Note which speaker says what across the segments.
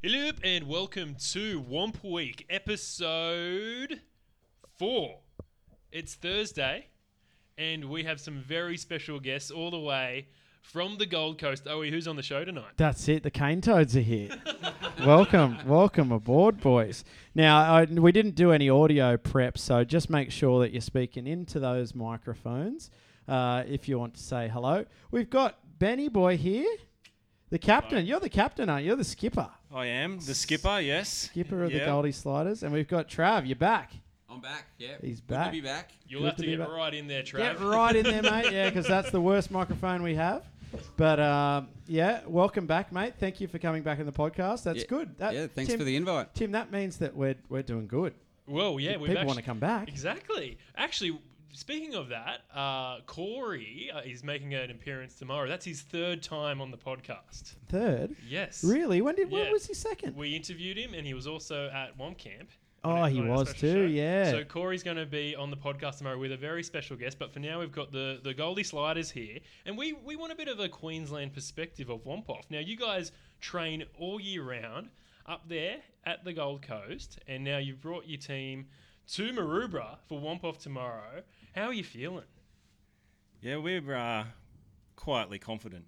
Speaker 1: Hello and welcome to Womp Week, episode four. It's Thursday, and we have some very special guests all the way from the Gold Coast. Oh, who's on the show tonight?
Speaker 2: That's it. The cane toads are here. welcome, welcome aboard, boys. Now I, we didn't do any audio prep, so just make sure that you're speaking into those microphones uh, if you want to say hello. We've got Benny Boy here, the captain. You're the captain, aren't you? You're the skipper,
Speaker 3: I am the skipper. Yes,
Speaker 2: skipper of
Speaker 3: Yeah.
Speaker 2: the Goldie Sliders, and we've got Trav. You're back.
Speaker 4: I'm back. Yeah,
Speaker 2: He's
Speaker 4: Good
Speaker 2: back.
Speaker 4: to be back.
Speaker 1: You'll
Speaker 2: Good
Speaker 1: have
Speaker 2: to
Speaker 1: to
Speaker 2: be
Speaker 1: get
Speaker 2: back.
Speaker 1: right in there, Trav.
Speaker 2: Get right in there, mate. Yeah, because that's the worst microphone we have. But um, yeah, welcome back, mate. Thank you for coming back in the podcast. That's
Speaker 4: Yeah.
Speaker 2: good. That,
Speaker 4: yeah, thanks
Speaker 2: Tim-
Speaker 4: for the invite.
Speaker 2: Tim, that means that we're we're doing good.
Speaker 1: Well, yeah, we've
Speaker 2: People want
Speaker 1: actually,
Speaker 2: to come back.
Speaker 1: exactly. Actually, speaking of that, uh, Corey uh, is making an appearance tomorrow. That's his third time on the podcast.
Speaker 2: Third,
Speaker 1: Yes,
Speaker 2: really? When did? When
Speaker 1: Yeah.
Speaker 2: was he second?
Speaker 1: We interviewed him, and he was also at Womp Camp.
Speaker 2: Oh,
Speaker 1: on our-
Speaker 2: he
Speaker 1: on our
Speaker 2: was
Speaker 1: special
Speaker 2: too, yeah.
Speaker 1: So Corey's going to be on the podcast tomorrow with a very special guest. But for now, we've got the the Goldie Sliders here, and we we want a bit of a Queensland perspective of Womp Off. Now, you guys train all year round up there at the Gold Coast, and now you've brought your team to Maroubra for Womp Off tomorrow. How are you feeling?
Speaker 3: yeah, we're uh, quietly confident.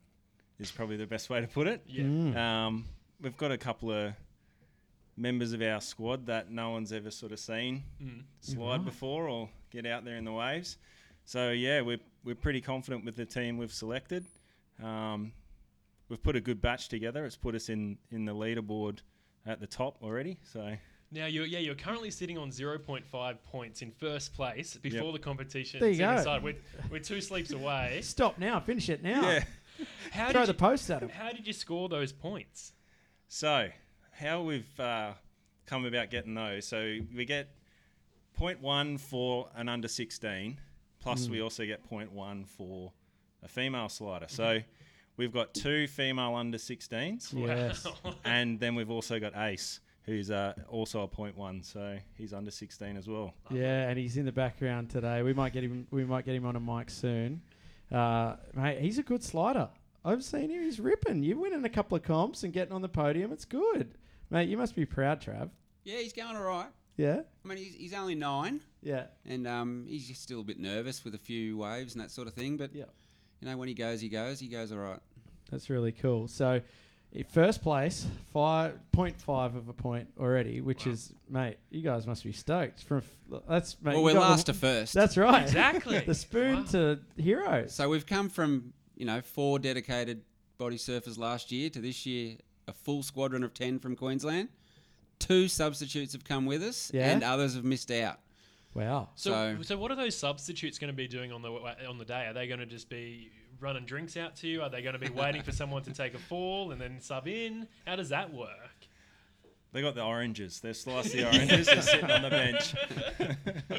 Speaker 3: Is probably the best way to put it.
Speaker 1: Yeah.
Speaker 2: Mm. Hmm.
Speaker 3: Um, we've got a couple of members of our squad that no one's ever sort of seen
Speaker 1: Mm.
Speaker 3: slide before or get out there in the waves. So yeah, we're we're pretty confident with the team we've selected. Um, we've put a good batch together. It's put us in in the leaderboard at the top already. So
Speaker 1: Now you're yeah you're currently sitting on zero point five points in first place before the competition.
Speaker 2: There you
Speaker 1: even
Speaker 2: go.
Speaker 1: started. We're, we're two sleeps away.
Speaker 2: Stop now. Finish it now.
Speaker 3: yeah.
Speaker 1: How
Speaker 2: Throw
Speaker 1: did
Speaker 2: the
Speaker 1: you-
Speaker 2: post at him.
Speaker 1: How did you score those points?
Speaker 3: So, how we've uh, come about getting those. So, we get 0.1 for an under 16, plus
Speaker 2: Hmm.
Speaker 3: we also get 0.1 for a female slider. So, we've got two female under 16s,
Speaker 2: Yes.
Speaker 3: and then we've also got Ace, who's uh, also a 0.1. So, he's under 16 as well.
Speaker 2: Yeah, and he's in the background today. We might get him. We might get him on a mic soon. Uh, mate, he's a good slider. I've seen him. He's ripping. You're winning a couple of comps and getting on the podium. It's good, mate. You must be proud, Trav.
Speaker 4: Yeah, he's going all right.
Speaker 2: Yeah.
Speaker 4: I mean, he's, he's only nine,
Speaker 2: Yeah.
Speaker 4: and um, he's just still a bit nervous with a few waves and that sort of thing. But
Speaker 2: Yeah.
Speaker 4: you know, when he goes, he goes. He goes all right.
Speaker 2: That's really cool. So, i- first place, five point five of a point already, which is, mate, you guys must be stoked. From f- that's mate,
Speaker 4: well,
Speaker 2: you
Speaker 4: we're
Speaker 2: got the-
Speaker 4: last to first.
Speaker 2: That's right,
Speaker 1: Exactly.
Speaker 2: the spoon
Speaker 1: Wow.
Speaker 2: to heroes.
Speaker 4: so we've come from you know four dedicated body surfers last year to this year a full squadron of ten from Queensland. Two substitutes have come with us,
Speaker 2: Yeah.
Speaker 4: and others have missed out.
Speaker 2: Wow.
Speaker 1: So, so,
Speaker 4: So-
Speaker 1: what are those substitutes going to be doing on the wa- on the day? Are they going to just be running drinks out to you? Are they going to be waiting for someone to take a fall and then sub in? How does that work?
Speaker 3: They got the oranges. They've sliced the oranges. They're sitting on the bench.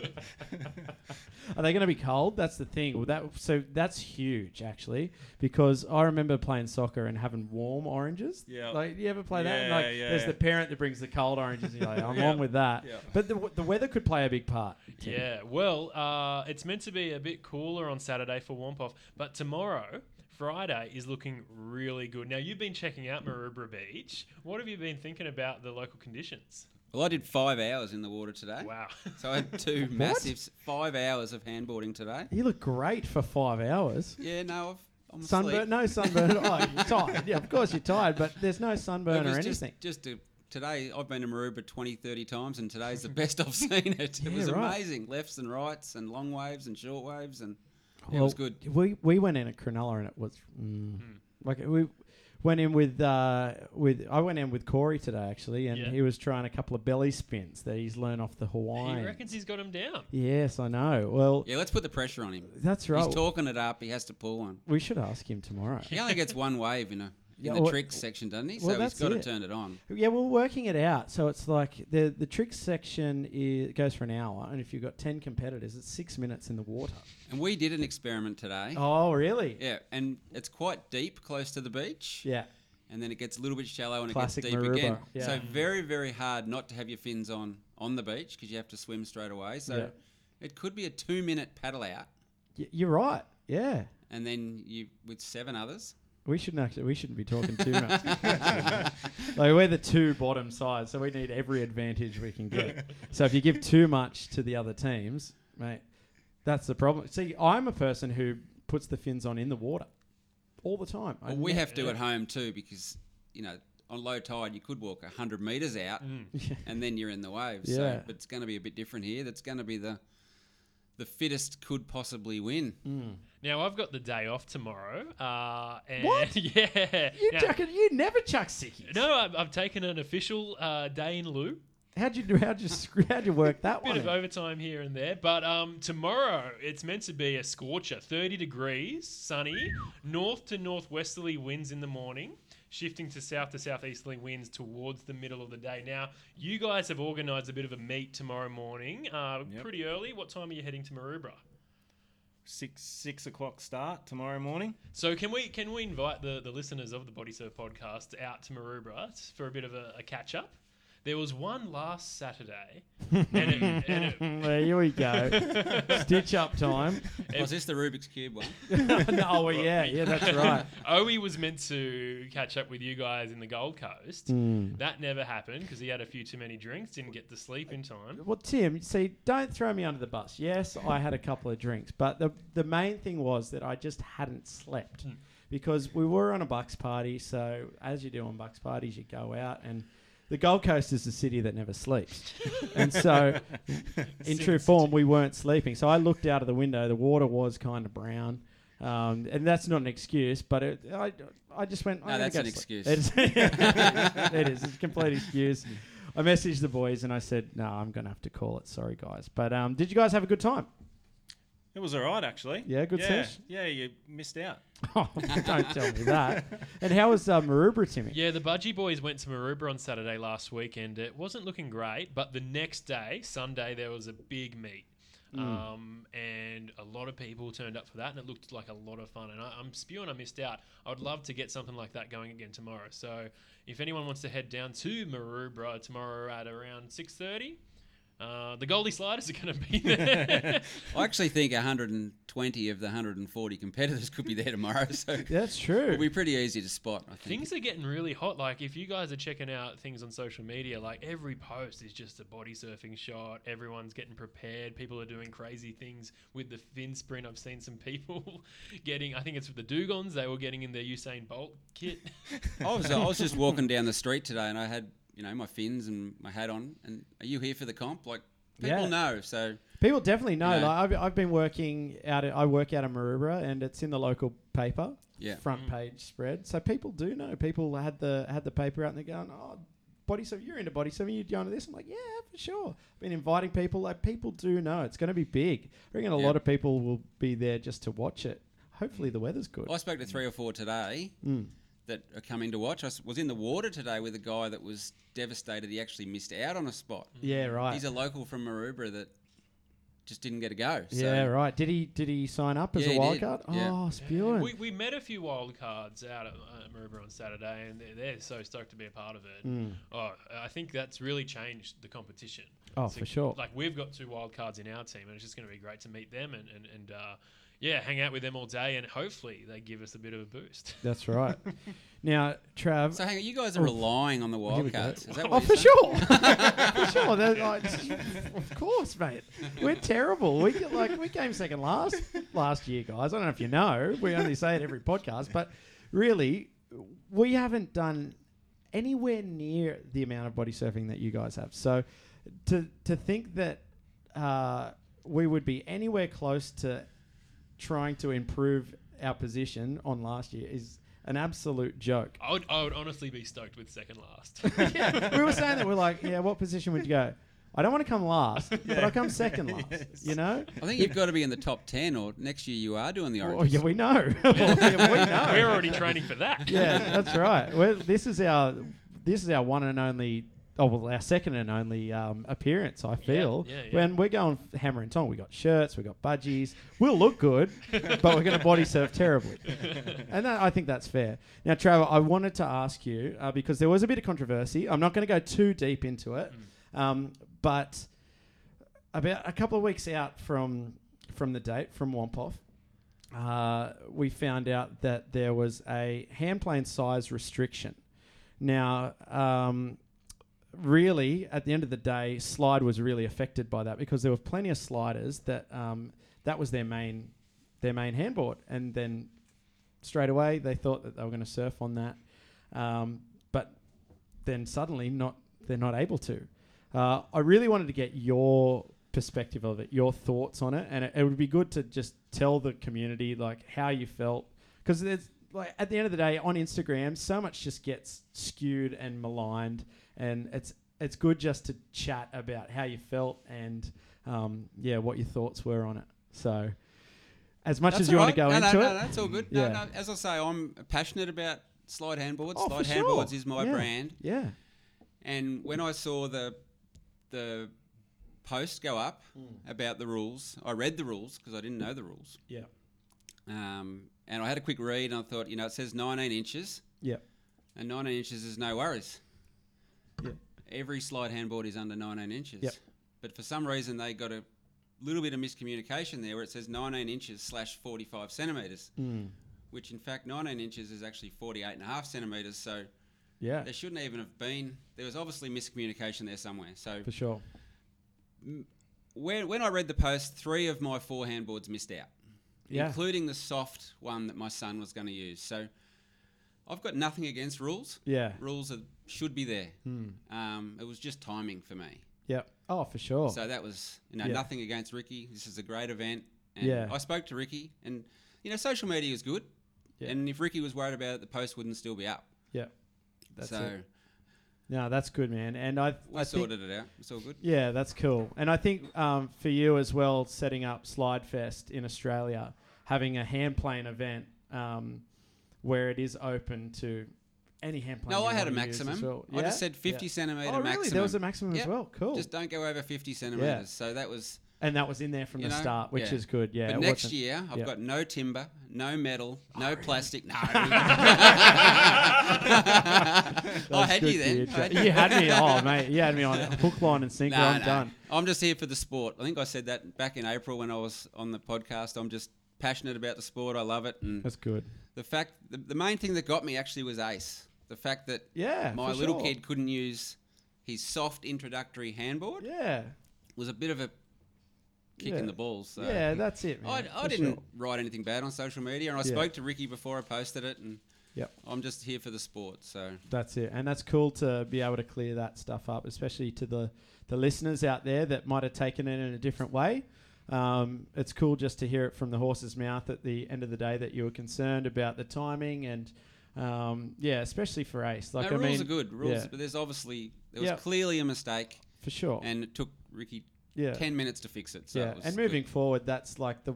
Speaker 2: Are they going to be cold? That's the thing. Well, that so that's huge actually because I remember playing soccer and having warm oranges.
Speaker 3: Yeah.
Speaker 2: Like you ever play that? And,
Speaker 3: Yeah,
Speaker 2: like
Speaker 3: yeah,
Speaker 2: there's
Speaker 3: yeah.
Speaker 2: the parent that brings the cold oranges. And you're like, I'm
Speaker 3: Yeah.
Speaker 2: on with that.
Speaker 3: Yeah.
Speaker 2: But the, w- the weather could play a big part. Tim.
Speaker 1: Yeah. Well, uh, it's meant to be a bit cooler on Saturday for Womp Off, but tomorrow. Friday is looking really good. Now you've been checking out Maroubra Beach. What have you been thinking about the local conditions?
Speaker 4: Well, I did five hours in the water today.
Speaker 1: Wow.
Speaker 4: So I had two massive s- five hours of handboarding today.
Speaker 2: You look great for five hours.
Speaker 4: Yeah, no, I've, I'm
Speaker 2: Sunburn?
Speaker 4: asleep.
Speaker 2: No sunburn. oh, you're tired. Yeah, of course you're tired, but there's no
Speaker 4: It
Speaker 2: sunburn or
Speaker 4: was
Speaker 2: anything.
Speaker 4: Just, just to, today, I've been to Maroubra 20, 30 times, and today's the best I've seen it. It
Speaker 2: Yeah,
Speaker 4: was
Speaker 2: right.
Speaker 4: amazing. Lefts and rights, and long waves and short waves, and yeah, it was good.
Speaker 2: We we went in at Cronulla and it was mm, like we went in with uh, with I went in with Corey today actually, and
Speaker 1: Yeah.
Speaker 2: he was trying a couple of belly spins that he's learned off the
Speaker 1: he
Speaker 2: Hawaiian.
Speaker 1: reckons he's got him down.
Speaker 2: Yes, I know. Well,
Speaker 4: Yeah, let's put the pressure on him.
Speaker 2: that's right.
Speaker 4: He's talking it up. He has to pull one.
Speaker 2: we should ask him tomorrow.
Speaker 4: He only gets one wave in a in
Speaker 2: Yeah,
Speaker 4: the
Speaker 2: well-
Speaker 4: tricks section, doesn't he? So
Speaker 2: well,
Speaker 4: he's
Speaker 2: that's
Speaker 4: got to
Speaker 2: it.
Speaker 4: turn it on.
Speaker 2: Yeah, we're working it out. So it's like the the trick section is, goes for an hour, and if you've got ten competitors, it's six minutes in the water.
Speaker 4: And we did an experiment today.
Speaker 2: Oh, really?
Speaker 4: Yeah, and it's quite deep, close to the beach.
Speaker 2: Yeah.
Speaker 4: and then it gets a little bit shallow and
Speaker 2: Classic
Speaker 4: it gets deep
Speaker 2: Maroubra,
Speaker 4: again.
Speaker 2: yeah.
Speaker 4: So very very hard not to have your fins on on the beach because you have to swim straight away. So
Speaker 2: Yeah.
Speaker 4: it could be a two minute paddle out,
Speaker 2: Y- you're right. Yeah.
Speaker 4: and then you with seven others
Speaker 2: We shouldn't actually. We shouldn't be talking too much. like we're the two bottom sides, so we need every advantage we can get. so if you give too much to the other teams, mate, that's the problem. See, I'm a person who puts the fins on in the water all the time. I
Speaker 4: Well, we
Speaker 2: ne-
Speaker 4: have to at home too because you know on low tide you could walk hundred meters out,
Speaker 2: Mm.
Speaker 4: and then you're in the waves.
Speaker 2: Yeah.
Speaker 4: So, but it's going to be a bit different here. That's going to be the the fittest could possibly win.
Speaker 1: Now I've got the day off tomorrow. Uh, and
Speaker 2: What?
Speaker 1: Yeah.
Speaker 2: You
Speaker 1: Now-
Speaker 2: chuck it- You never chuck sickies.
Speaker 1: no, I've, I've taken an official uh, day in lieu.
Speaker 2: How'd you do? How'd you? sc- How'd you work that
Speaker 1: Bit
Speaker 2: one?
Speaker 1: of
Speaker 2: in?
Speaker 1: overtime here and there, but um, tomorrow it's meant to be a scorcher. 30 degrees, sunny, north to northwesterly winds in the morning, shifting to south to southeasterly winds towards the middle of the day. Now, you guys have organised a bit of a meet tomorrow morning, uh,
Speaker 3: Yep.
Speaker 1: pretty early. What time are you heading to Maroubra?
Speaker 3: Six six o'clock start tomorrow morning.
Speaker 1: So can we can we invite the, the listeners of the Body Surf podcast out to Maroubra for a bit of a, a catch up? There was one last Saturday, and it, and it,
Speaker 2: Well, here we go. Stitch up time.
Speaker 4: Was this the Rubik's cube one?
Speaker 2: oh well, yeah, yeah, that's right.
Speaker 1: Owie was meant to catch up with you guys in the Gold Coast.
Speaker 2: Mm. Hmm.
Speaker 1: That never happened because he had a few too many drinks, didn't get to sleep in time.
Speaker 2: Well, Tim, see, don't throw me under the bus. Yes, I had a couple of drinks, but the the main thing was that I just hadn't slept because we were on a bucks party. So as you do on bucks parties, you go out and. The Gold Coast is a city that never sleeps. And so, in true form, we weren't sleeping. So I looked out of the window. The water was kind of brown. Um, and that's not an excuse, but it, I, I just went. "I'm
Speaker 4: No,
Speaker 2: gonna
Speaker 4: that's
Speaker 2: go
Speaker 4: an
Speaker 2: to sleep."
Speaker 4: excuse.
Speaker 2: It is. it is. It's a complete excuse. I messaged the boys and I said, "No, I'm gonna have to call it. Sorry, guys." But um, did you guys have a good time?
Speaker 3: It was all right actually.
Speaker 2: Yeah, good
Speaker 3: yeah,
Speaker 2: sesh.
Speaker 3: Yeah, you missed out.
Speaker 2: Oh, don't tell me that. And how was uh, Maroubra, Timmy?
Speaker 1: Yeah, the Budgie Boys went to Maroubra on Saturday last week, and it wasn't looking great. But the next day, Sunday, there was a big meet, um, and a lot of people turned up for that, and it looked like a lot of fun. And I, I'm spewing, I missed out. I would love to get something like that going again tomorrow. So, if anyone wants to head down to Maroubra tomorrow at around six thirty. Uh, the Goldie Sliders are going to be there.
Speaker 4: I actually think 120 of the 140 competitors could be there tomorrow, so
Speaker 2: That's true.
Speaker 4: it'll be pretty easy to spot. I think.
Speaker 1: Things are getting really hot. Like if you guys are checking out things on social media, like every post is just a body surfing shot. Everyone's getting prepared. People are doing crazy things with the fin sprint. I've seen some people getting. I think it's with the Dugons. They were getting in their Usain Bolt kit.
Speaker 4: I was, I was just walking down the street today, and I had you know my fins and my hat on. And are you here for the comp? Like people
Speaker 2: Yeah.
Speaker 4: know, so
Speaker 2: People definitely know.
Speaker 4: You know.
Speaker 2: Like I've, I've been working out. At, I work out of Maroubra, and it's in the local paper.
Speaker 4: Yeah. Mm.
Speaker 2: Front page spread. So people do know. People had the had the paper out, and they're going, "Oh, body surfing. You're into body surfing. You're going to this." I'm like, "Yeah, for sure." I've been inviting people. Like people do know. It's going to be big. I reckon a
Speaker 4: Yeah.
Speaker 2: lot of people will be there just to watch it. Hopefully the weather's good. Mm.
Speaker 4: I spoke to three or four today that are coming to watch. I s- was in the water today with a guy that was devastated. He actually missed out on a spot.
Speaker 2: yeah, right.
Speaker 4: He's a local from Maroubra that just didn't get a go. So
Speaker 2: yeah, right. Did he did he sign up as
Speaker 4: Yeah,
Speaker 2: a
Speaker 4: he
Speaker 2: wild
Speaker 4: did.
Speaker 2: card?
Speaker 4: Yeah.
Speaker 2: Oh, spewing.
Speaker 1: We, we met a few wild cards out at uh, Maroubra on Saturday, and they're, they're so stoked to be a part of it. Oh, I think that's really changed the competition.
Speaker 2: Oh, for sure.
Speaker 1: Like we've got two wild cards in our team, and it's just going to be great to meet them and and, and uh, yeah, hang out with them all day, and hopefully they give us a bit of a boost.
Speaker 2: That's right. now, Trav.
Speaker 4: So hang on, you guys are relying on the
Speaker 2: Here we
Speaker 4: wild
Speaker 2: go.
Speaker 4: cards. Is that
Speaker 2: oh,
Speaker 4: what
Speaker 2: for
Speaker 4: you're saying?
Speaker 2: sure. for sure. They're like, of course, mate. We're terrible. We get like we came second last last year, guys. I don't know if you know. We only say it every podcast, but really, we haven't done anywhere near the amount of body surfing that you guys have. So, to to think that uh, we would be anywhere close to trying to improve our position on last year is an absolute joke
Speaker 1: I would I would honestly be stoked with second last.
Speaker 2: yeah, we were saying that we're like, yeah, what position would you go? I don't want to come last, but I'll come second last. You know?
Speaker 4: I think you've got to be in the top ten, or next year you are doing the
Speaker 2: Well,
Speaker 4: Origins.
Speaker 2: Oh, yeah, we know. Well, yeah, we know.
Speaker 1: We're already training for that.
Speaker 2: Yeah, that's right. Well, this is our this is our one and only. Oh well, our second and only um, appearance, I feel.
Speaker 1: yeah, yeah.
Speaker 2: When we're going hammer and tong, we got shirts, we got budgies. We'll look good, but we're going to body surf terribly, and that, I think that's fair. Now, Trevor, I wanted to ask you uh, because there was a bit of controversy. I'm not going to go too deep into it, um, but about a couple of weeks out from from the date from Wampoff, uh, we found out that there was a hand plane size restriction. Now, um, really, at the end of the day, slide was really affected by that because there were plenty of sliders that um, that was their main their main handboard, and then straight away they thought that they were going to surf on that, um, but then suddenly not they're not able to. Uh, I really wanted to get your perspective of it, your thoughts on it, and it, it would be good to just tell the community like how you felt because there's like at the end of the day on Instagram, so much just gets skewed and maligned, and it's it's good just to chat about how you felt and um, yeah, what your thoughts were on it. So as much
Speaker 4: That's
Speaker 2: as you
Speaker 4: all
Speaker 2: want to go
Speaker 4: right. no,
Speaker 2: into
Speaker 4: no,
Speaker 2: it,
Speaker 4: No, that's all good.
Speaker 2: Yeah.
Speaker 4: No, no, as I say, I'm passionate about slide handboards.
Speaker 2: Oh,
Speaker 4: slide
Speaker 2: for
Speaker 4: handboards
Speaker 2: sure.
Speaker 4: is my
Speaker 2: Yeah.
Speaker 4: brand.
Speaker 2: yeah,
Speaker 4: And when I saw the the post go up about the rules, I read the rules because I didn't know the rules.
Speaker 2: yeah,
Speaker 4: Um, and I had a quick read and I thought, you know, it says 19 inches,
Speaker 2: yeah,
Speaker 4: and 19 inches is no worries.
Speaker 2: yeah.
Speaker 4: Every slide handboard is under 19 inches.
Speaker 2: Yep.
Speaker 4: But for some reason, they got a little bit of miscommunication there where it says 19 inches slash 45 centimetres,
Speaker 2: Mm.
Speaker 4: which in fact, 19 inches is actually 48 and a half centimetres. So
Speaker 2: Yeah,
Speaker 4: there shouldn't even have been. There was obviously miscommunication there somewhere. So
Speaker 2: for sure.
Speaker 4: when, when I read the post, three of my four handboards missed out,
Speaker 2: Yeah.
Speaker 4: including the soft one that my son was going to use. So I've got nothing against rules.
Speaker 2: Yeah.
Speaker 4: Rules are, should be there.
Speaker 2: Hmm.
Speaker 4: Um, it was just timing for me.
Speaker 2: Yep. Oh, for sure.
Speaker 4: So that was, you know,
Speaker 2: Yeah.
Speaker 4: nothing against Ricky. This is a great event. And
Speaker 2: Yeah.
Speaker 4: I spoke to Ricky, and you know, social media is good.
Speaker 2: Yeah.
Speaker 4: And if Ricky was worried about it, the post wouldn't still be up.
Speaker 2: yeah. That's
Speaker 4: so
Speaker 2: it. No, that's good, man. And I,
Speaker 4: we
Speaker 2: I think,
Speaker 4: sorted it out. It's all good.
Speaker 2: yeah, that's cool. And I think um, for you as well, setting up Slide Fest in Australia, having a hand plane event um, where it is open to any hand plane.
Speaker 4: No,
Speaker 2: you
Speaker 4: I had a
Speaker 2: wanna use as
Speaker 4: maximum.
Speaker 2: well.
Speaker 4: I
Speaker 2: Yeah?
Speaker 4: just said 50
Speaker 2: Yeah.
Speaker 4: centimetre
Speaker 2: Oh,
Speaker 4: maximum.
Speaker 2: really? There was a maximum
Speaker 4: Yep.
Speaker 2: as well. Cool.
Speaker 4: Just don't go over 50 centimetres. So that was.
Speaker 2: and that was in there from
Speaker 4: you
Speaker 2: the
Speaker 4: know,
Speaker 2: start, which
Speaker 4: yeah.
Speaker 2: is good. Yeah.
Speaker 4: but
Speaker 2: it
Speaker 4: next
Speaker 2: wasn't-
Speaker 4: year, I've
Speaker 2: yeah. Oh,
Speaker 4: got no timber, no metal, no plastic. No.
Speaker 2: That
Speaker 4: I
Speaker 2: was
Speaker 4: had
Speaker 2: good
Speaker 4: you
Speaker 2: for
Speaker 4: then. I
Speaker 2: Jack. You had me. Oh, mate. You had me on hook, line, and sinker.
Speaker 4: No,
Speaker 2: I'm
Speaker 4: no.
Speaker 2: done.
Speaker 4: I'm just here for the sport. I think I said that back in April when I was on the podcast. I'm just passionate about the sport. I love it. And
Speaker 2: That's good.
Speaker 4: the fact, the, the main thing that got me actually was Ace. The fact that
Speaker 2: Yeah.
Speaker 4: my
Speaker 2: for
Speaker 4: little
Speaker 2: sure.
Speaker 4: kid couldn't use his soft introductory handboard
Speaker 2: Yeah.
Speaker 4: was a bit of a kick
Speaker 2: Yeah.
Speaker 4: in the balls. So.
Speaker 2: Yeah, that's it.
Speaker 4: I,
Speaker 2: Man,
Speaker 4: I
Speaker 2: for
Speaker 4: didn't
Speaker 2: sure.
Speaker 4: write anything bad on social media, and I
Speaker 2: Yeah.
Speaker 4: spoke to Ricky before I posted it, and
Speaker 2: Yep.
Speaker 4: I'm just here for the sport. So
Speaker 2: That's it, and that's cool to be able to clear that stuff up, especially to the the listeners out there that might have taken it in a different way. Um, it's cool just to hear it from the horse's mouth at the end of the day that you were concerned about the timing and um, yeah, especially for Ace. Like
Speaker 4: no,
Speaker 2: I
Speaker 4: rules
Speaker 2: mean,
Speaker 4: are good, rules,
Speaker 2: yeah.
Speaker 4: but there's obviously there was
Speaker 2: Yep. Oh.
Speaker 4: clearly a mistake,
Speaker 2: for sure.
Speaker 4: and it took Ricky
Speaker 2: yeah,
Speaker 4: 10 minutes to fix it. So
Speaker 2: yeah.
Speaker 4: it was
Speaker 2: And moving
Speaker 4: good.
Speaker 2: forward, that's like the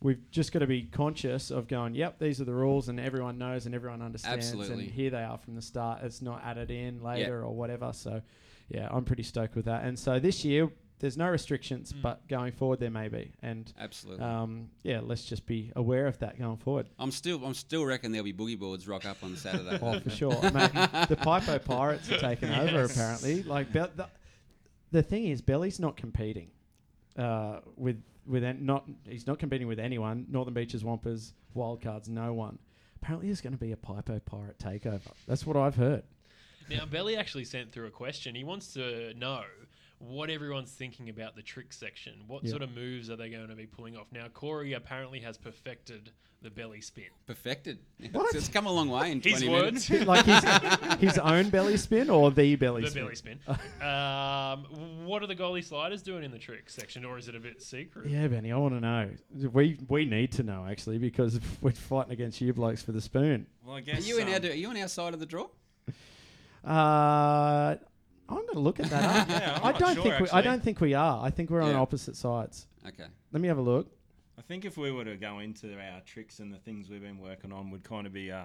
Speaker 2: we've just got to be conscious of going. Yep, these are the rules, and everyone knows, and everyone understands,
Speaker 4: Absolutely.
Speaker 2: and here they are from the start. It's not added in later or whatever. So, yeah, I'm pretty stoked with that. And so this year, there's no restrictions, but going forward there may be. And
Speaker 4: Mm. Absolutely.
Speaker 2: um, yeah, let's just be aware of that going forward.
Speaker 4: I'm still I'm still reckon there'll be boogie boards rock up on Saturday.
Speaker 2: Oh, for sure. Mate, the Pipo Pirates are taking over, apparently. Like, Be- the, the thing is, Belly's not competing uh, with with an, not he's not competing with anyone. Northern Beaches, Wampers, Wildcards, no one. Apparently, there's going to be a Pipo Pirate takeover. That's what I've heard.
Speaker 1: Now, Belly actually sent through a question. He wants to know what everyone's thinking about the trick section. What
Speaker 2: Yeah.
Speaker 1: sort of moves are they going to be pulling off? Now, Corey apparently has perfected the belly spin.
Speaker 4: Perfected.
Speaker 2: What?
Speaker 4: So it's come a long way in 20
Speaker 1: His
Speaker 4: minutes.
Speaker 1: words.
Speaker 2: like his, his own belly spin or the belly
Speaker 1: The
Speaker 2: spin?
Speaker 1: belly spin. um, what are the goalie sliders doing in the trick section, or is it a bit secret?
Speaker 2: Yeah, Benny, I want to know. We we need to know actually because we're fighting against you blokes for the spoon.
Speaker 3: Well, I
Speaker 4: Are
Speaker 3: guess
Speaker 4: you in
Speaker 3: um,
Speaker 4: our, are you on our side of the draw?
Speaker 2: Uh, I'm going to look at that. up.
Speaker 3: Yeah, I'm
Speaker 2: I
Speaker 3: not
Speaker 2: don't
Speaker 3: sure,
Speaker 2: think we, I
Speaker 3: actually.
Speaker 2: don't think we are. I think we're on
Speaker 4: Yeah.
Speaker 2: opposite sides.
Speaker 4: Okay.
Speaker 2: Let me have a look.
Speaker 3: I think if we were to go into our tricks and the things we've been working on, would kind of be, uh,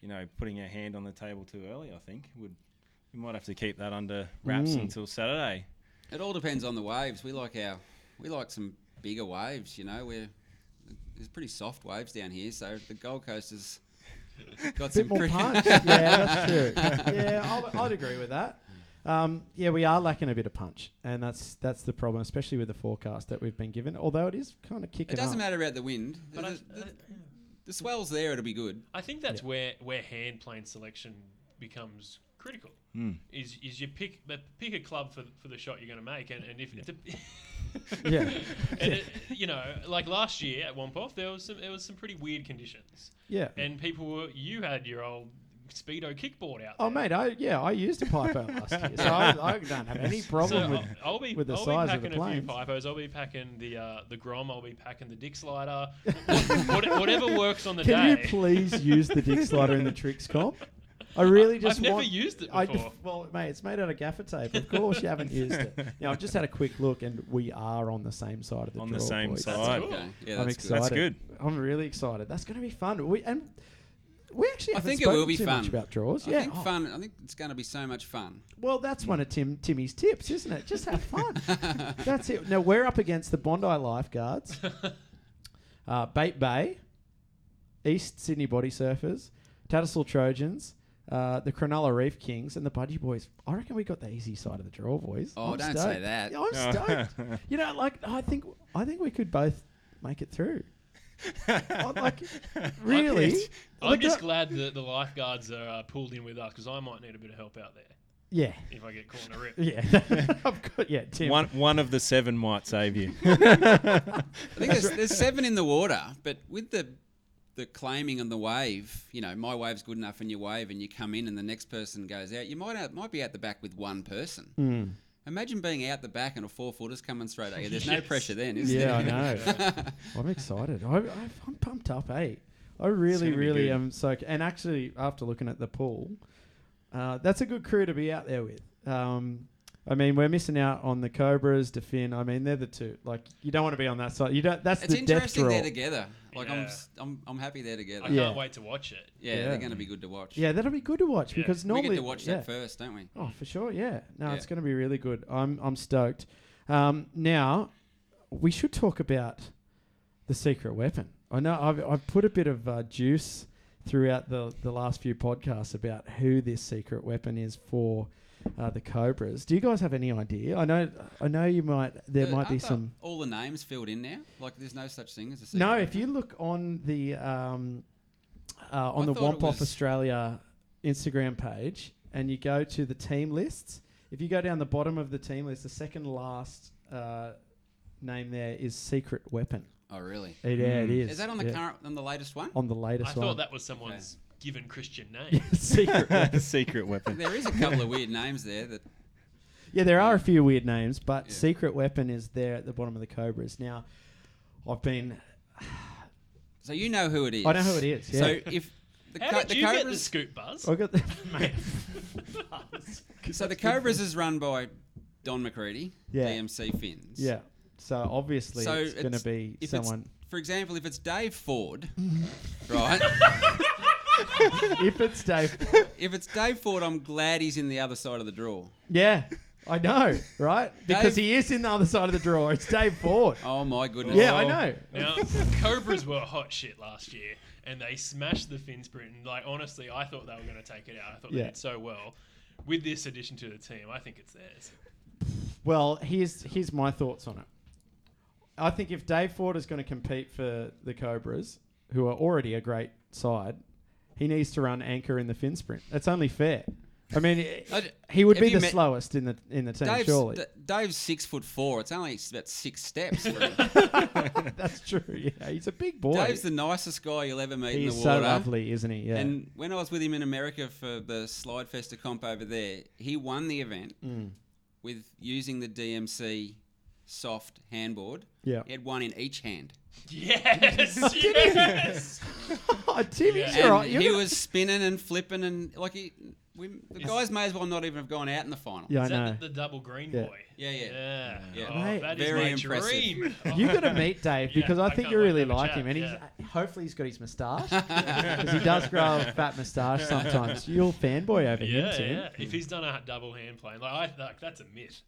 Speaker 3: you know, putting our hand on the table too early. I think would we might have to keep that under wraps
Speaker 2: Mm.
Speaker 3: until Saturday.
Speaker 4: It all depends on the waves. We like our we like some bigger waves, you know. We're there's pretty soft waves down here, so the Gold Coast has got
Speaker 2: bit
Speaker 4: some
Speaker 2: more
Speaker 4: pretty
Speaker 2: punch. yeah, that's true. Yeah, I'll, I'd agree with that. Um, yeah, we are lacking a bit of punch, and that's that's the problem, especially with the forecast that we've been given. Although it is kind of kicking.
Speaker 4: It doesn't
Speaker 2: up.
Speaker 4: matter about the wind.
Speaker 1: But
Speaker 4: the,
Speaker 1: I, uh,
Speaker 4: the- the swell's there, it'll be good.
Speaker 1: I think that's where where hand plane selection becomes critical.
Speaker 2: Hmm.
Speaker 1: Is is you pick but pick a club for for the shot you're going to make, and, and if de-
Speaker 2: Yeah.
Speaker 1: and it- you know, like last year at Wompoff, there was some there was some pretty weird conditions,
Speaker 2: Yeah.
Speaker 1: and people were you had your old speedo kickboard out.
Speaker 2: Oh
Speaker 1: there.
Speaker 2: mate, I yeah, I used a pipe out last year, so I, I don't have any problem
Speaker 1: so uh,
Speaker 2: with.
Speaker 1: I'll, I'll be
Speaker 2: with the
Speaker 1: I'll
Speaker 2: size
Speaker 1: be
Speaker 2: of the
Speaker 1: packing a few
Speaker 2: planes.
Speaker 1: pipos. I'll be packing the uh, the grom. I'll be packing the dick slider. what, whatever works on the
Speaker 2: Can
Speaker 1: day.
Speaker 2: you please use the dick slider in the tricks comp? I really just
Speaker 1: I've never
Speaker 2: want-
Speaker 1: used it
Speaker 2: I
Speaker 1: before.
Speaker 2: well, mate, it's made out of gaffer tape. Of course, you haven't used it. Now I've just had a quick look, and we are on the same side of the
Speaker 3: On the
Speaker 2: draw.
Speaker 3: same
Speaker 2: boys.
Speaker 3: side. Alright.
Speaker 4: Okay. Yeah,
Speaker 2: I'm
Speaker 4: that's
Speaker 2: excited.
Speaker 4: good.
Speaker 3: That's good.
Speaker 2: I'm really excited. That's going to be fun. We and we actually
Speaker 4: I
Speaker 2: haven't
Speaker 4: think it will
Speaker 2: spoken
Speaker 4: be
Speaker 2: too much
Speaker 4: fun.
Speaker 2: about draws.
Speaker 4: I
Speaker 2: yeah.
Speaker 4: think
Speaker 2: Oh,
Speaker 4: fun. I think it's going to be so much fun.
Speaker 2: Well, that's one of Tim Timmy's tips, isn't it? Just have fun. that's it. Now we're up against the Bondi Lifeguards, uh, Bait Bay, East Sydney Body Surfers, Tattersall Trojans. Uh, the Cronulla Reef Kings and the Budgie Boys. I reckon we got the easy side of the draw, boys.
Speaker 4: Oh,
Speaker 2: I'm
Speaker 4: don't say
Speaker 2: stoked.
Speaker 4: that.
Speaker 2: Yeah, I'm
Speaker 3: Oh.
Speaker 2: stoked. you know, like I think I think we could both make it through. I- like really?
Speaker 1: I'm
Speaker 2: Like,
Speaker 1: just
Speaker 2: uh,
Speaker 1: glad that the lifeguards are uh, pulled in with us because I might need a bit of help out there
Speaker 2: yeah,
Speaker 1: if I get caught in a rip.
Speaker 2: yeah. I've got yeah, Tim.
Speaker 3: One one of the seven might save you.
Speaker 4: I think there's, there's seven in the water, but with the the claiming on the wave, you know, my wave's good enough, and you wave, and you come in, and the next person goes out. You might out, might be out the back with one person.
Speaker 2: Hmm.
Speaker 4: Imagine being out the back and a four footer's coming straight at you. There's no
Speaker 1: Yes.
Speaker 4: pressure then, is
Speaker 2: Yeah, I
Speaker 4: there?
Speaker 2: know. I'm excited. I, I, I'm pumped up, eh? I really,
Speaker 3: gonna be
Speaker 2: really
Speaker 3: good.
Speaker 2: am so. And actually, after looking at the pool, uh, that's a good crew to be out there with. Um, I mean, we're missing out on the Cobras, Defin. I mean, they're the two. Like, you don't want to be on that side. You don't. That's
Speaker 4: It's
Speaker 2: the death
Speaker 4: interesting
Speaker 2: draw.
Speaker 4: they're together. Like I'm,
Speaker 1: Yeah.
Speaker 4: s- I'm, I'm happy they're
Speaker 1: I
Speaker 4: together.
Speaker 2: Yeah.
Speaker 4: Yeah,
Speaker 1: can't wait to watch it.
Speaker 4: they're
Speaker 2: Yeah.
Speaker 4: going to be good to watch.
Speaker 2: Yeah, that'll be good to watch
Speaker 1: Yeah.
Speaker 2: because
Speaker 4: we
Speaker 2: normally
Speaker 4: get to watch
Speaker 2: yeah.
Speaker 4: that first, don't we?
Speaker 2: Oh, for sure. Yeah. No,
Speaker 4: Yeah.
Speaker 2: it's going to be really good. I'm I'm stoked. Um, now, we should talk about the secret weapon. I know I've, I've put a bit of uh, juice throughout the, the last few podcasts about who this secret weapon is for uh, the Cobras. Do you guys have any idea? I know I know you might. There
Speaker 4: Uh,
Speaker 2: might be
Speaker 4: aren't the-
Speaker 2: some.
Speaker 4: All the names filled in now. Like there's no such thing as a. secret
Speaker 2: No,
Speaker 4: weapon.
Speaker 2: if you look on the um, uh, on
Speaker 4: I
Speaker 2: the
Speaker 4: thought it
Speaker 2: Womp Off
Speaker 4: was-
Speaker 2: Australia Instagram page and you go to the team lists, if you go down the bottom of the team list, the second last uh, name there is Secret Weapon.
Speaker 4: Oh really?
Speaker 2: It- Yeah, it is.
Speaker 4: Is that on the
Speaker 2: yeah.
Speaker 4: current on the latest one?
Speaker 2: On the latest
Speaker 1: I thought
Speaker 2: one.
Speaker 1: that was someone's given Christian name.
Speaker 2: Secret. Weapon.
Speaker 3: the secret
Speaker 2: Oh.
Speaker 3: weapon.
Speaker 4: there is a couple of weird names there that
Speaker 2: Yeah, there are a few weird names, but
Speaker 4: Yeah.
Speaker 2: Secret Weapon is there at the bottom of the Cobras. Now, I've been.
Speaker 4: So you know who it is.
Speaker 2: I know who it is. Yeah.
Speaker 4: So if the,
Speaker 1: How
Speaker 4: co-
Speaker 1: did
Speaker 4: the
Speaker 1: you get the
Speaker 4: Cobras,
Speaker 1: scoop, Buzz?
Speaker 2: I got the
Speaker 1: Mate.
Speaker 4: so the Cobras is run by Don McCready,
Speaker 2: Yeah.
Speaker 4: DMC Fins.
Speaker 2: yeah. So obviously
Speaker 4: So
Speaker 2: it's going to
Speaker 4: it's-
Speaker 2: be
Speaker 4: If
Speaker 2: someone. Mm-hmm.
Speaker 4: it's, for example, if it's Dave Ford, right?
Speaker 2: if it's Dave,
Speaker 4: if it's Dave Ford, I'm glad he's in the other side of the draw.
Speaker 2: yeah, I know, right? Because
Speaker 4: Dave-
Speaker 2: he is in the other side of the drawer. It's Dave Ford.
Speaker 4: Oh my goodness.
Speaker 2: yeah, I
Speaker 3: Oh.
Speaker 2: know.
Speaker 1: Now, Cobras were hot shit last year, and they smashed the Finns Britain. Like, honestly, I thought they were going to take it out. I thought
Speaker 2: Yeah.
Speaker 1: they did so well. With this addition to the team, I think it's theirs.
Speaker 2: Well, here's here's my thoughts on it. I think if Dave Ford is going to compete for the Cobras, who are already a great side, he needs to run anchor in the fin sprint. That's only fair. I mean,
Speaker 4: I d-
Speaker 2: he would
Speaker 4: Have
Speaker 2: be
Speaker 4: you
Speaker 2: the
Speaker 4: met-
Speaker 2: slowest in the in the team,
Speaker 4: Dave's,
Speaker 2: surely.
Speaker 4: D- Dave's six foot four. It's only s- about six steps. for him.
Speaker 2: That's true. Yeah, he's a big boy.
Speaker 4: Dave's the nicest guy you'll ever meet
Speaker 2: he's
Speaker 4: in the eh?
Speaker 2: so
Speaker 4: water.
Speaker 2: lovely, isn't he? Yeah.
Speaker 4: And when I was with him in America for the Slide Festa comp over there, he won the event
Speaker 2: Mm.
Speaker 4: with using the DMC soft handboard.
Speaker 2: Yeah.
Speaker 4: He had one in each hand.
Speaker 1: Yes! yes!
Speaker 2: oh, Tim,
Speaker 1: Yeah.
Speaker 2: he's
Speaker 4: And
Speaker 2: all right. You're
Speaker 4: he
Speaker 2: gonna-
Speaker 4: was spinning and flipping and like he, we, the guys may as well not even have gone out in the final.
Speaker 2: yeah, I
Speaker 1: Is
Speaker 2: know.
Speaker 1: that the, the double green
Speaker 2: Yeah.
Speaker 1: boy?
Speaker 4: Yeah, yeah.
Speaker 1: Yeah.
Speaker 4: Yeah.
Speaker 1: Oh,
Speaker 2: Mate,
Speaker 1: that is
Speaker 4: very
Speaker 1: my
Speaker 4: impressive.
Speaker 1: dream. Oh,
Speaker 2: You've got to meet Dave
Speaker 1: Yeah,
Speaker 2: because I
Speaker 1: I
Speaker 2: think
Speaker 1: can't
Speaker 2: you
Speaker 1: wait to
Speaker 2: really
Speaker 1: have a
Speaker 2: like
Speaker 1: chat,
Speaker 2: him, and
Speaker 1: yeah.
Speaker 2: he's hopefully he's got his moustache because he does grow a fat moustache sometimes. You're a fanboy over him,
Speaker 1: Yeah,
Speaker 2: Tim.
Speaker 1: yeah. If he's done a double hand plane, like, I, like that's a myth.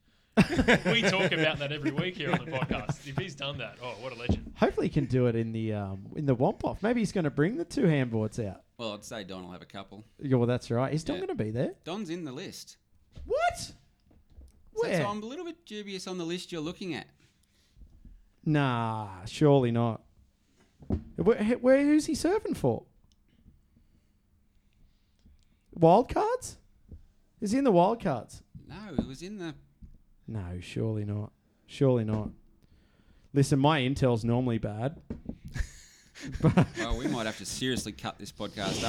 Speaker 1: we talk about that every week here on the podcast. If he's done that, oh, what a legend!
Speaker 2: Hopefully, he can do it in the um, in the womp off. Maybe he's going to bring the two handboards out.
Speaker 4: Well, I'd say Don will have a couple.
Speaker 2: Yeah, well, that's right. He's not
Speaker 4: Yeah.
Speaker 2: going to be there.
Speaker 4: Don's in the list.
Speaker 2: What?
Speaker 4: So,
Speaker 2: Where?
Speaker 4: so I'm a little bit dubious on the list you're looking at.
Speaker 2: Nah, surely not. Where, where who's he serving for? Wild cards? Is he in the wild cards?
Speaker 4: No, it was in the.
Speaker 2: No, surely not. Surely not. Listen, my intel's normally bad.
Speaker 4: Well, we might have to seriously cut this podcast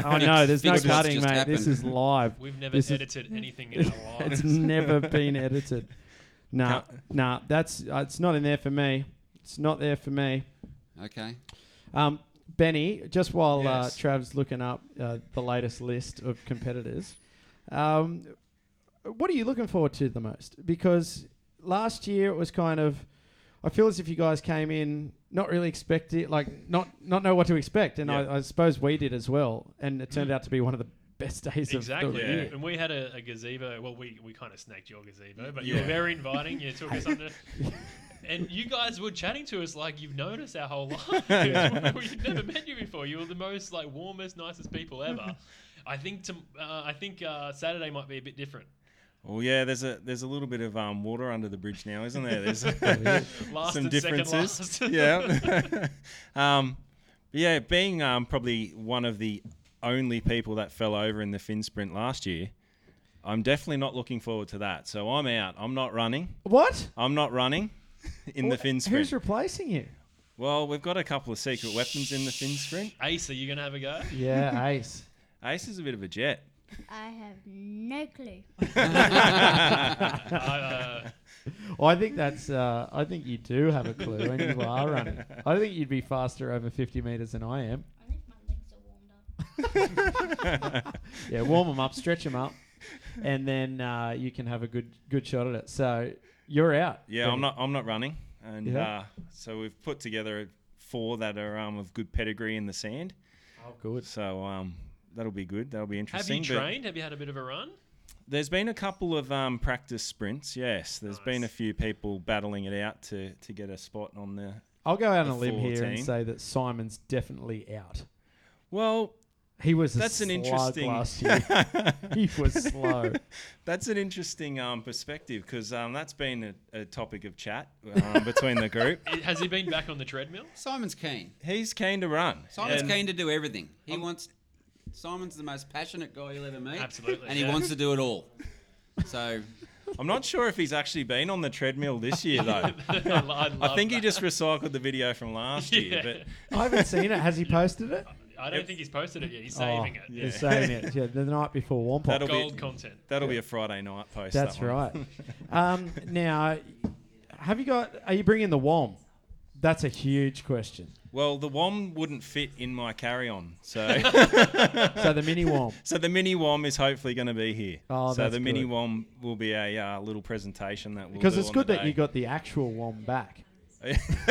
Speaker 4: up.
Speaker 2: oh no, there's no
Speaker 4: Fix what's
Speaker 2: cutting,
Speaker 4: just
Speaker 2: mate. This
Speaker 4: happened.
Speaker 2: is live.
Speaker 1: We've never
Speaker 2: This is-
Speaker 1: edited anything in our lives.
Speaker 2: It's never been edited. Nah,
Speaker 3: Cut.
Speaker 2: nah, that's uh, it's not in there for me. It's not there for me.
Speaker 4: Okay.
Speaker 2: Um, Benny, just while
Speaker 3: Yes.
Speaker 2: uh, Trav's looking up uh, the latest list of competitors, um, what are you looking forward to the most? Because last year it was kind of, I feel as if you guys came in not really expecting, like not not know what to expect, and
Speaker 3: Yeah.
Speaker 2: I, I suppose we did as well, and it turned out to be one of the best days of
Speaker 1: Exactly.
Speaker 2: the
Speaker 3: Yeah.
Speaker 2: year.
Speaker 1: And we had a, a gazebo. Well, we, we kind of snaked your gazebo, but you
Speaker 3: Yeah.
Speaker 1: were very inviting. You took us under. And you guys were chatting to us like you've known us our whole lives. We've never met you before. You were the most like warmest, nicest people ever. I think to, uh, I think uh, Saturday might be a bit different.
Speaker 3: Well, yeah, there's a there's a little bit of um, water under the bridge now, isn't there? There's
Speaker 1: Last
Speaker 3: some
Speaker 1: and
Speaker 3: differences.
Speaker 1: second last.
Speaker 3: yeah. um, but yeah, being um, probably one of the only people that fell over in the fin sprint last year, I'm definitely not looking forward to that. So I'm out. I'm not running.
Speaker 2: What?
Speaker 3: I'm not running in the
Speaker 2: Wh-
Speaker 3: fin
Speaker 2: Who's
Speaker 3: sprint.
Speaker 2: replacing you?
Speaker 3: well, we've got a couple of secret weapons in the fin sprint.
Speaker 1: Ace, are you gonna have a go?
Speaker 2: Yeah, Ace.
Speaker 3: Ace is a bit of a jet.
Speaker 5: I have no clue.
Speaker 1: I, uh,
Speaker 2: I think that's. Uh, I think you do have a clue, and you are running. I think you'd be faster over fifty meters than I am.
Speaker 5: Only if my legs are warmed up.
Speaker 2: Yeah, warm them up, stretch them up, and then uh, you can have a good good shot at it. So you're out.
Speaker 3: Yeah,
Speaker 2: Benny.
Speaker 3: I'm not. I'm not running, and
Speaker 2: Yeah.
Speaker 3: uh, so we've put together four that are um, of good pedigree in the sand.
Speaker 2: Oh, good.
Speaker 3: So um, that'll be good. That'll be
Speaker 1: have
Speaker 3: interesting.
Speaker 1: you
Speaker 3: but
Speaker 1: trained? Have you had a bit of a run?
Speaker 3: There's been a couple of um, practice sprints. Yes, There's been a
Speaker 1: Nice.
Speaker 3: few people battling it out to to get a spot on the.
Speaker 2: I'll go out on a
Speaker 3: The
Speaker 2: limb here and
Speaker 3: 14.
Speaker 2: say that Simon's definitely out.
Speaker 3: Well,
Speaker 2: He was a
Speaker 3: That's an
Speaker 2: slug
Speaker 3: interesting-
Speaker 2: last year. he was slow.
Speaker 3: that's an interesting um, perspective because um, that's been a, a topic of chat um, between the group.
Speaker 1: It- Has he been back on the treadmill?
Speaker 4: Simon's keen.
Speaker 3: He's keen to run.
Speaker 4: Simon's
Speaker 3: and-
Speaker 4: keen to do everything. He wants. Simon's the most passionate guy you'll ever meet.
Speaker 1: Absolutely,
Speaker 4: And he
Speaker 1: yeah.
Speaker 4: wants to do it all. So
Speaker 3: I'm not sure if he's actually been on the treadmill this year though.
Speaker 1: I, lo- I
Speaker 3: I
Speaker 1: love
Speaker 3: think he
Speaker 1: that.
Speaker 3: just recycled the video from last year,
Speaker 1: Yeah.
Speaker 3: but
Speaker 2: I haven't seen it. Has he posted it?
Speaker 1: I don't think he's posted it yet. He's saving it.
Speaker 2: Oh, He's saving it. Yeah, the night before Wampa.
Speaker 3: That'll be-
Speaker 1: Gold content.
Speaker 3: that'll be a Friday night post.
Speaker 2: That's
Speaker 3: that one.
Speaker 2: right. um, now, have you got? Are you bringing the WOM? That's a huge question.
Speaker 3: Well, the WOM wouldn't fit in my carry-on, so
Speaker 2: So the mini WOM.
Speaker 3: so the mini WOM is hopefully going to be here.
Speaker 2: Oh,
Speaker 3: so
Speaker 2: that's
Speaker 3: the mini
Speaker 2: good.
Speaker 3: WOM will be a uh, little presentation that we'll
Speaker 2: Because
Speaker 3: do
Speaker 2: it's
Speaker 3: on
Speaker 2: good
Speaker 3: the
Speaker 2: that you
Speaker 3: day.
Speaker 2: got the actual WOM back.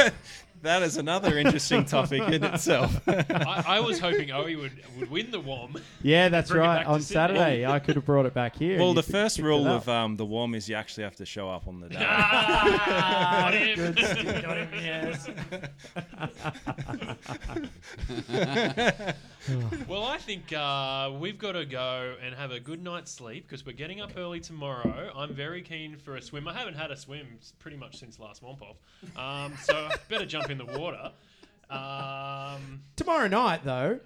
Speaker 3: that is another interesting topic in itself.
Speaker 1: I, I was hoping Owie would, would win the WOM.
Speaker 2: Yeah, that's
Speaker 1: Bring it
Speaker 2: right.
Speaker 1: back to
Speaker 2: On
Speaker 1: Sydney.
Speaker 2: Saturday, I could have brought it back here.
Speaker 3: well,
Speaker 2: and you
Speaker 3: the
Speaker 2: could
Speaker 3: first
Speaker 2: pick it
Speaker 3: rule
Speaker 2: up.
Speaker 3: of um, the WOM is you actually have to show up on the day.
Speaker 1: Ah, got him.
Speaker 2: Good stick, got him, yes.
Speaker 1: Well, I think uh, we've got to go and have a good night's sleep because we're getting up early tomorrow. I'm very keen for a swim. I haven't had a swim s- pretty much since last Womp Off, um, so I better jump in the water. Um,
Speaker 2: Tomorrow night, though.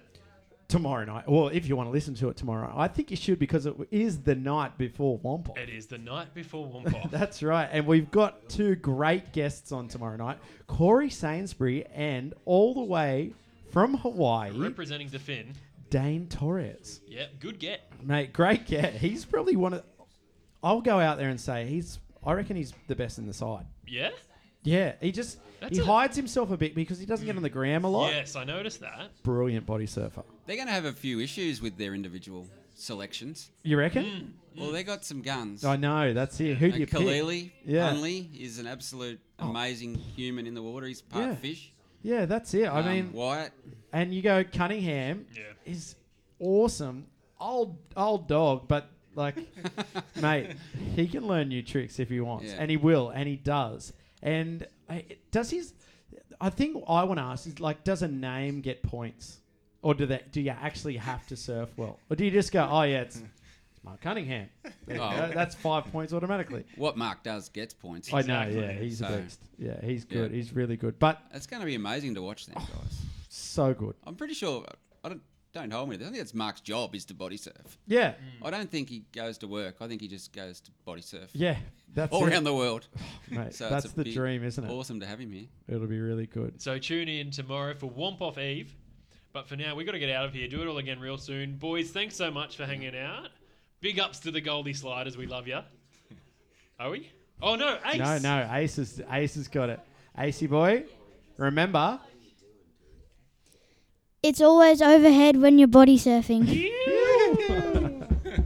Speaker 2: Tomorrow night. Well, if you want to listen to it tomorrow, I think you should because it is the night before Wampa.
Speaker 1: it is the night before Womp Off.
Speaker 2: That's right. And we've got two great guests on tomorrow night Corey Sainsbury and all the way from Hawaii,
Speaker 1: Representing the Finn.
Speaker 2: Dane Torres.
Speaker 1: Yeah, good get.
Speaker 2: Mate, great get. He's probably one of. I'll go out there and say he's. I reckon he's the best in the side.
Speaker 1: Yeah?
Speaker 2: Yeah, he just
Speaker 1: That's
Speaker 2: he
Speaker 1: it.
Speaker 2: hides himself a bit because he doesn't get on the gram a lot.
Speaker 1: Yes, I noticed that.
Speaker 2: Brilliant body surfer.
Speaker 4: they're going to have a few issues with their individual selections.
Speaker 2: You reckon?
Speaker 4: Well, they got some guns.
Speaker 2: I know. That's it. Who do you
Speaker 4: Mm. And
Speaker 2: pick?
Speaker 4: Kalili
Speaker 2: Yeah. Oh.
Speaker 4: Hunley is an absolute amazing human in the water. He's part
Speaker 2: Yeah.
Speaker 4: fish.
Speaker 2: Yeah, that's it. I
Speaker 4: Um,
Speaker 2: mean,
Speaker 4: Wyatt.
Speaker 2: and you go Cunningham
Speaker 1: Yeah.
Speaker 2: is awesome. Old old dog, but like, mate, he can learn new tricks if he wants,
Speaker 4: Yeah.
Speaker 2: and he will, and he does. And I, does his? I think I want to ask is like, does a name get points, or do that? Do you actually have to surf well, or do you just go, oh yeah, it's, it's Mark Cunningham. There you
Speaker 4: Oh.
Speaker 2: go. That's five points automatically.
Speaker 4: What Mark does gets points.
Speaker 2: I know, yeah,
Speaker 1: Exactly.
Speaker 2: he's a
Speaker 4: So-
Speaker 2: beast. Yeah, he's
Speaker 4: Yeah.
Speaker 2: good. He's really good, but
Speaker 4: It's going to be amazing to watch them,
Speaker 2: Oh.
Speaker 4: guys.
Speaker 2: so good.
Speaker 4: I'm pretty sure. I don't don't hold me to this. I think it's Mark's job is to body surf.
Speaker 2: Yeah,
Speaker 1: Mm.
Speaker 4: I don't think he goes to work. I think he just goes to body surf
Speaker 2: yeah, that's
Speaker 4: all
Speaker 2: it,
Speaker 4: around the world.
Speaker 2: mate.
Speaker 4: So it's
Speaker 2: that's
Speaker 4: a
Speaker 2: the
Speaker 4: big-
Speaker 2: dream, isn't it?
Speaker 4: Awesome to have him here.
Speaker 2: It'll be really good.
Speaker 1: So tune in tomorrow for Womp Off Eve. But for now, we got to get out of here. Do it all again real soon. Boys, thanks so much for hanging out. Big ups to the Goldie Sliders. We love ya. Are we? Oh, no. Ace.
Speaker 2: No, no, Ace has Ace has got it. Acey boy, remember?
Speaker 5: It's always overhead when you're body surfing.
Speaker 1: Yeah.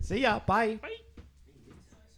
Speaker 2: See ya. Bye.
Speaker 1: Bye.